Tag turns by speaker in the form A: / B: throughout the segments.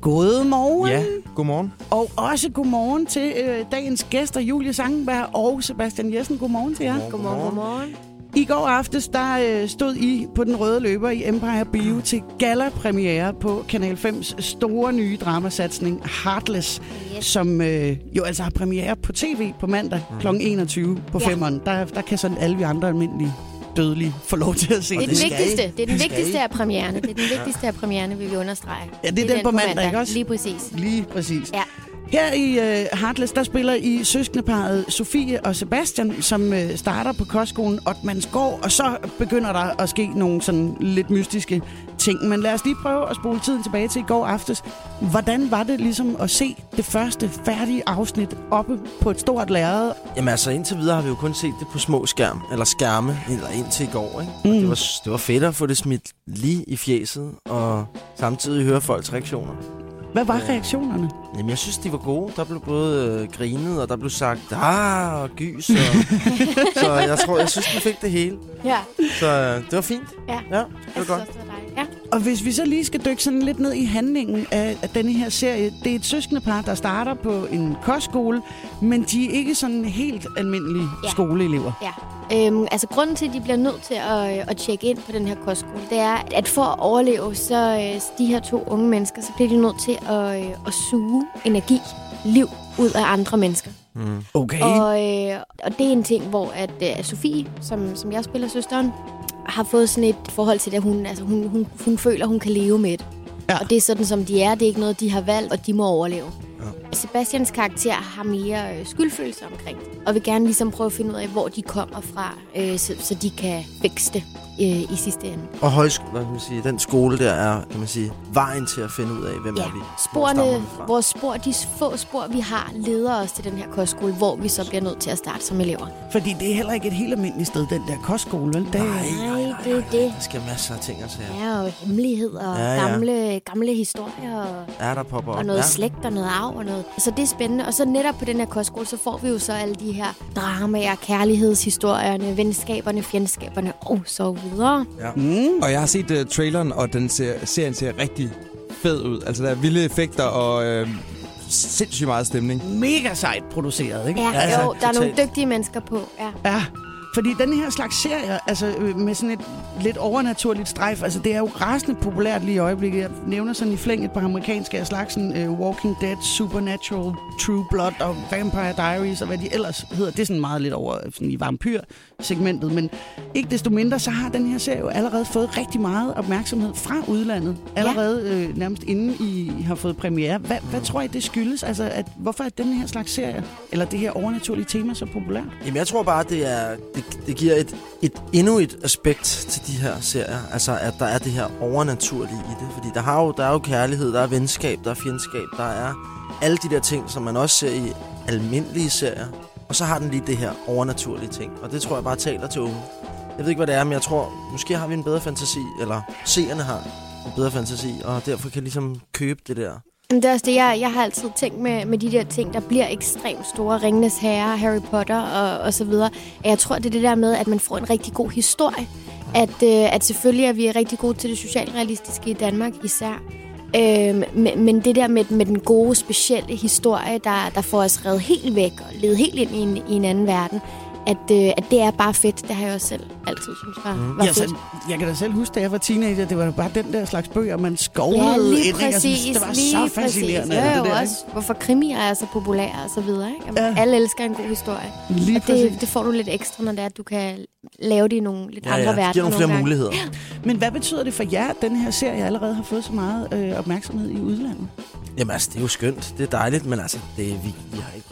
A: Godmorgen.
B: Ja, godmorgen.
A: Og også godmorgen til øh, dagens gæster, Julie Sangenberg og Sebastian Jessen. Godmorgen til jer.
C: Godmorgen, godmorgen.
A: I går aftes, der øh, stod I på den røde løber i Empire Bio til gala-premiere på Kanal 5's store nye dramasatsning Heartless, yes. som øh, jo altså har premiere på tv på mandag mm. kl. 21 på
C: Ja.
A: femmeren. Der, der kan sådan alle vi andre almindelige dødelige få lov til at se
C: Det er
A: det.
C: den
B: skal
C: vigtigste.
B: I.
C: Det er den
B: Det skal
C: vigtigste
B: I.
C: af premiererne. Det er den vigtigste af premiererne, vil vi understrege.
A: Ja, det er den på mandag, ikke også?
C: Lige præcis.
A: Lige præcis.
C: Ja.
A: Her i øh, Heartless, der spiller I søskendeparet Sofie og Sebastian, som øh, starter på kostskolen Otmansgård, og så begynder der at ske nogle sådan lidt mystiske ting. Men lad os lige prøve at spole tiden tilbage til i går aftes. Hvordan var det ligesom at se det første færdige afsnit oppe på et stort lærred?
B: Jamen altså, indtil videre har vi jo kun set det på små skærm, eller skærme, eller indtil i går, ikke?
A: Mm.
B: Mm. Det, var, det var fedt at få det smidt lige i fjeset, og samtidig høre folks reaktioner.
A: Hvad var reaktionerne?
B: Jamen, jeg synes, de var gode. Der blev både øh, grinet, og der blev sagt, ah, og gys, og... så jeg tror, jeg synes, vi fik det hele.
C: Ja.
B: Så øh, det var fint.
C: Ja.
B: ja det var
C: Jeg synes
B: godt.
C: også, det var dejligt. Ja.
A: Og hvis vi så lige skal dykke sådan lidt ned i handlingen af, af denne her serie. Det er et søskendepar, der starter på en kostskole, men de er ikke sådan helt almindelige ja.
C: Ja.
A: skoleelever.
C: Ja. Øhm, altså grunden til, at de bliver nødt til at, øh, at tjekke ind på den her kostskole, det er, at for at overleve, så øh, de her to unge mennesker, så bliver de nødt til at, øh, at suge energi, liv ud af andre mennesker.
B: Mm.
A: Okay.
C: Altså. Og, øh, og det er en ting, hvor at øh, Sofie, som, som jeg spiller søsteren, har fået sådan et forhold til det, at hun, altså, hun, hun, hun føler, hun kan leve med det.
A: Ja.
C: Ja. Og det er sådan, som de er. Det er ikke noget, de har valgt, og de må overleve. Ja. Sebastians karakter har mere øh, skyldfølelse omkring det, og vil gerne ligesom prøve at finde ud af, hvor de kommer fra, øh, så, så de kan vækste øh, i sidste ende.
B: Og højskole, hvad kan man sige, den skole der er, kan man sige, vejen til at finde ud af, hvem
C: Ja,
B: er vi. Hvor stammer
C: sporene,
B: vi fra?
C: vores spor, de få spor, vi har, leder os til den her kostskole, hvor vi så bliver nødt til at starte som elever.
A: Fordi det er heller ikke et helt almindeligt sted, den der kostskole, vel? Det,
B: Nej, nej, nej, nej,
C: det er det.
B: Der skal masser af ting at sige. Ja.
C: Ja, og hemmeligheder og
B: Ja,
C: ja,
B: ja.
C: ja. Gamle, gamle historier og,
B: Er der popper op?
C: og noget
B: ja.
C: ja. slægt og noget arv og noget. Så det er spændende. Og så netop på den her kostskole, så får vi jo så alle de her dramaer, kærlighedshistorierne, venskaberne, fjendskaberne og så videre.
A: mm,
D: Og jeg har set uh, traileren, og den ser, serien ser rigtig fed ud. Altså, der er vilde effekter og øh, sindssygt meget stemning.
A: Mega sejt produceret, ikke?
C: Ja, altså, jo, der er nogle
B: totalt.
C: dygtige mennesker på. Ja.
A: Ja, fordi den her slags serier, altså øh, med sådan et lidt overnaturligt strejf, altså det er jo rasende populært lige i øjeblikket. Jeg nævner sådan i flæng et par amerikanske af slagsen, øh, Walking Dead, Supernatural, True Blood og Vampire Diaries og hvad de ellers hedder. Det er sådan meget lidt over øh, sådan i vampyrsegmentet, men ikke desto mindre, så har den her serie jo allerede fået rigtig meget opmærksomhed fra udlandet. Allerede øh, nærmest inden I har fået premiere. Hvad, hvad tror I, det skyldes? Altså, at, hvorfor er den her slags serie, eller det her overnaturlige tema, så populært?
B: Jamen, jeg tror bare, det, er, det, det giver et, et endnu et aspekt til de her serier. Altså, at der er det her overnaturlige i det. Fordi der, har jo, der er jo kærlighed, der er venskab, der er fjendskab, der er alle de der ting, som man også ser i almindelige serier. Og så har den lige det her overnaturlige ting. Og det tror jeg bare taler til unge. Jeg ved ikke, hvad det er, men jeg tror, måske har vi en bedre fantasi, eller seerne har en bedre fantasi, og derfor kan ligesom købe det der.
C: Men det er også det, jeg, jeg har altid tænkt med, med de der ting, der bliver ekstremt store. Ringenes Herre, Harry Potter og, og så videre. At Jeg tror, det er det der med, at man får en rigtig god historie. At, øh, at selvfølgelig er vi rigtig gode til det socialrealistiske i Danmark især. Øhm, men, men det der med, med den gode, specielle historie, der, der får os reddet helt væk og ledet helt ind i en, i en anden verden, at, øh, at det er bare fedt. Det har jeg også selv altid synes var, mm. var
A: Ja,
C: fedt.
A: så, jeg kan da selv huske, da jeg var teenager, det var jo bare den der slags bøger, man
C: Ja,
A: skovlede
C: lige
A: ind, ikke? Jeg
C: præcis.
A: synes, det var så fascinerende. alt
C: Præcis. Ja,
A: det
C: jo,
A: der,
C: også, hvorfor krimier er så populære og så videre. Ikke? Jamen,
A: Ja.
C: ja. Alle elsker en god historie.
A: ikke? Lige
C: og det,
A: præcis.
C: det får du lidt ekstra, når det er, at du kan lave det i nogle lidt
B: Ja,
C: andre
B: ja, det
C: verdener.
B: giver nogle flere
C: gange.
B: muligheder.
A: Men hvad betyder det for jer, at den her serie allerede har fået så meget øh, opmærksomhed i udlandet?
B: Jamen altså, det er jo skønt. Det er dejligt, men altså, det, vi, vi, har ikke,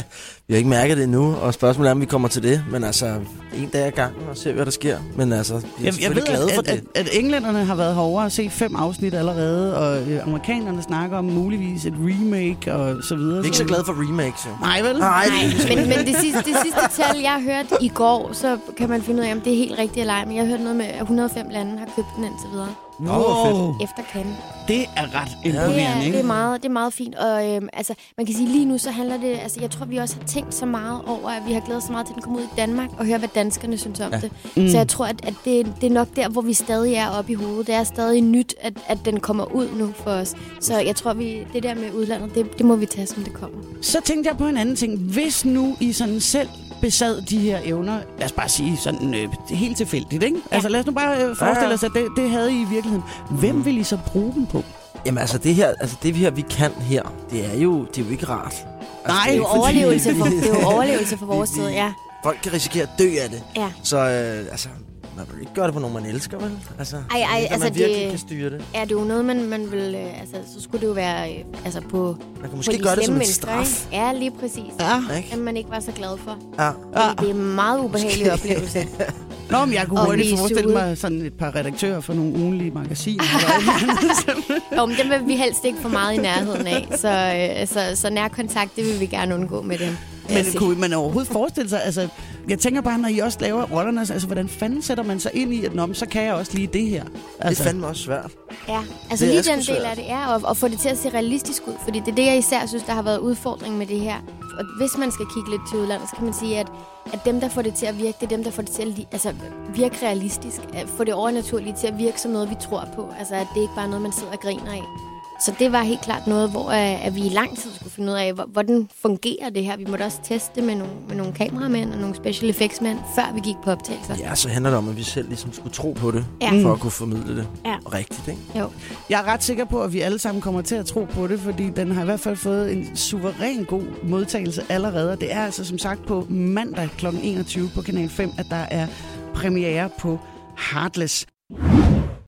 B: vi har ikke mærket det endnu. Og spørgsmålet er, om vi kommer til det. Men altså, en dag ad gangen, og ser vi, hvad der sker. Men altså, vi er jeg,
A: jeg
B: selvfølgelig glade
A: at,
B: for
A: at, at,
B: det.
A: at englænderne har været hårdere at se fem afsnit allerede, og øh, amerikanerne snakker om muligvis et remake og så videre.
B: Vi er ikke så glade for remakes, jo.
A: Nej, vel?
B: Nej,
C: Nej, men, men det, sidste, det sidste tal, jeg hørte i går, så kan man finde ud af, om det er helt rigtigt eller ej. Men jeg hørte noget med, at 105 lande har købt den indtil videre.
D: Nå, hvor fedt.
C: efter Cannes.
A: Det er ret
C: Det er,
A: imponerende,
C: det,
A: ikke? Mm.
C: er meget, det er meget fint, og øhm, altså, man kan sige, lige nu så handler det, altså jeg tror, vi også har tænkt så meget over, at vi har glædet så meget til, at den kom ud i Danmark, og høre, hvad danskerne synes om
D: Ja.
C: ja. det. Mm. Så jeg tror, at, at det, det er nok der, hvor vi stadig er oppe i hovedet. Det er stadig nyt, at, at den kommer ud nu for os. Så jeg tror, vi det der med udlandet, det, det må vi tage, som det kommer.
A: Så tænkte jeg på en anden ting. Hvis nu I sådan selv besad de her evner, lad os bare sige sådan øh, helt tilfældigt, ikke? Altså lad os nu bare øh,
B: Ja, Mm.
A: forestille
B: ja.
A: os, at det, det havde I i virkeligheden. Hvem vil I så bruge dem på?
B: Jamen altså det her, altså det her, vi kan her, det er jo, det er jo ikke rart. Altså,
A: Nej,
C: Det er jo
A: Fordi-
C: overlevelse for, det er jo overlevelse for vores
B: Vi-
C: side,
B: vi-
C: ja.
B: Folk kan risikere at dø af det.
C: ja.
B: Så øh, altså, man vil ikke gøre det på nogen, man elsker, vel? Altså, ej,
C: ej, altså,
B: man virkelig
C: det-
B: kan styre det.
C: Er det jo noget, man, man vil... Øh, altså, så skulle det jo være øh, altså på,
B: Man kan
C: på
B: måske
C: de
B: gøre det som
C: slemme
B: en
C: mennesker,
B: straf.
C: ikke? Ja, lige præcis.
A: Ja.
B: Ikke?
C: At man ikke var så glad for.
B: Ja.
A: Ah.
C: Ah. Det er en meget ubehagelig oplevelse.
A: Nå, men jeg kunne
C: Og
A: hurtigt
C: blive
A: forestille
C: suget.
A: mig sådan et par redaktører for nogle ugenlige magasiner.
C: Jo, men den vil vi helst ikke for meget i nærheden af, så, øh, så, så nærkontakt, det vil vi gerne undgå med dem.
A: Men kunne man overhovedet forestille sig, altså, jeg tænker bare, når I også laver rollerne, altså, hvordan fanden sætter man sig ind i, at nå, men så kan jeg også lige det her?
B: Det
A: Altså,
B: er fandme også svært.
C: Ja, altså
B: Det er
C: lige
B: sgu
C: den del af
B: svært.
C: det er at, at få det til at se realistisk ud, fordi det er det, jeg især synes, der har været udfordring med det her. Og hvis man skal kigge lidt til udlandet, så kan man sige, at, at dem, der får det til at virke, det er dem, der får det til at li- altså, virke realistisk. At få det overnaturligt til at virke som noget, vi tror på. Altså, at det ikke bare er noget, man sidder og griner af. Så det var helt klart noget, hvor øh, at vi i lang tid skulle finde ud af, hvor- hvordan fungerer det her. Vi måtte også teste det med nogle, med nogle kameramænd og nogle special effects-mænd, før vi gik på optagelser.
B: Ja, så handler det om, at vi selv ligesom skulle tro på det,
C: Ja. Mm.
B: for at kunne formidle det
C: Ja.
B: rigtigt, ikke?
C: Jo.
A: jeg er ret sikker på, at vi alle sammen kommer til at tro på det, fordi den har i hvert fald fået en suveræn god modtagelse allerede. Og det er altså som sagt på mandag kl. 21 på Kanal 5, at der er premiere på Heartless.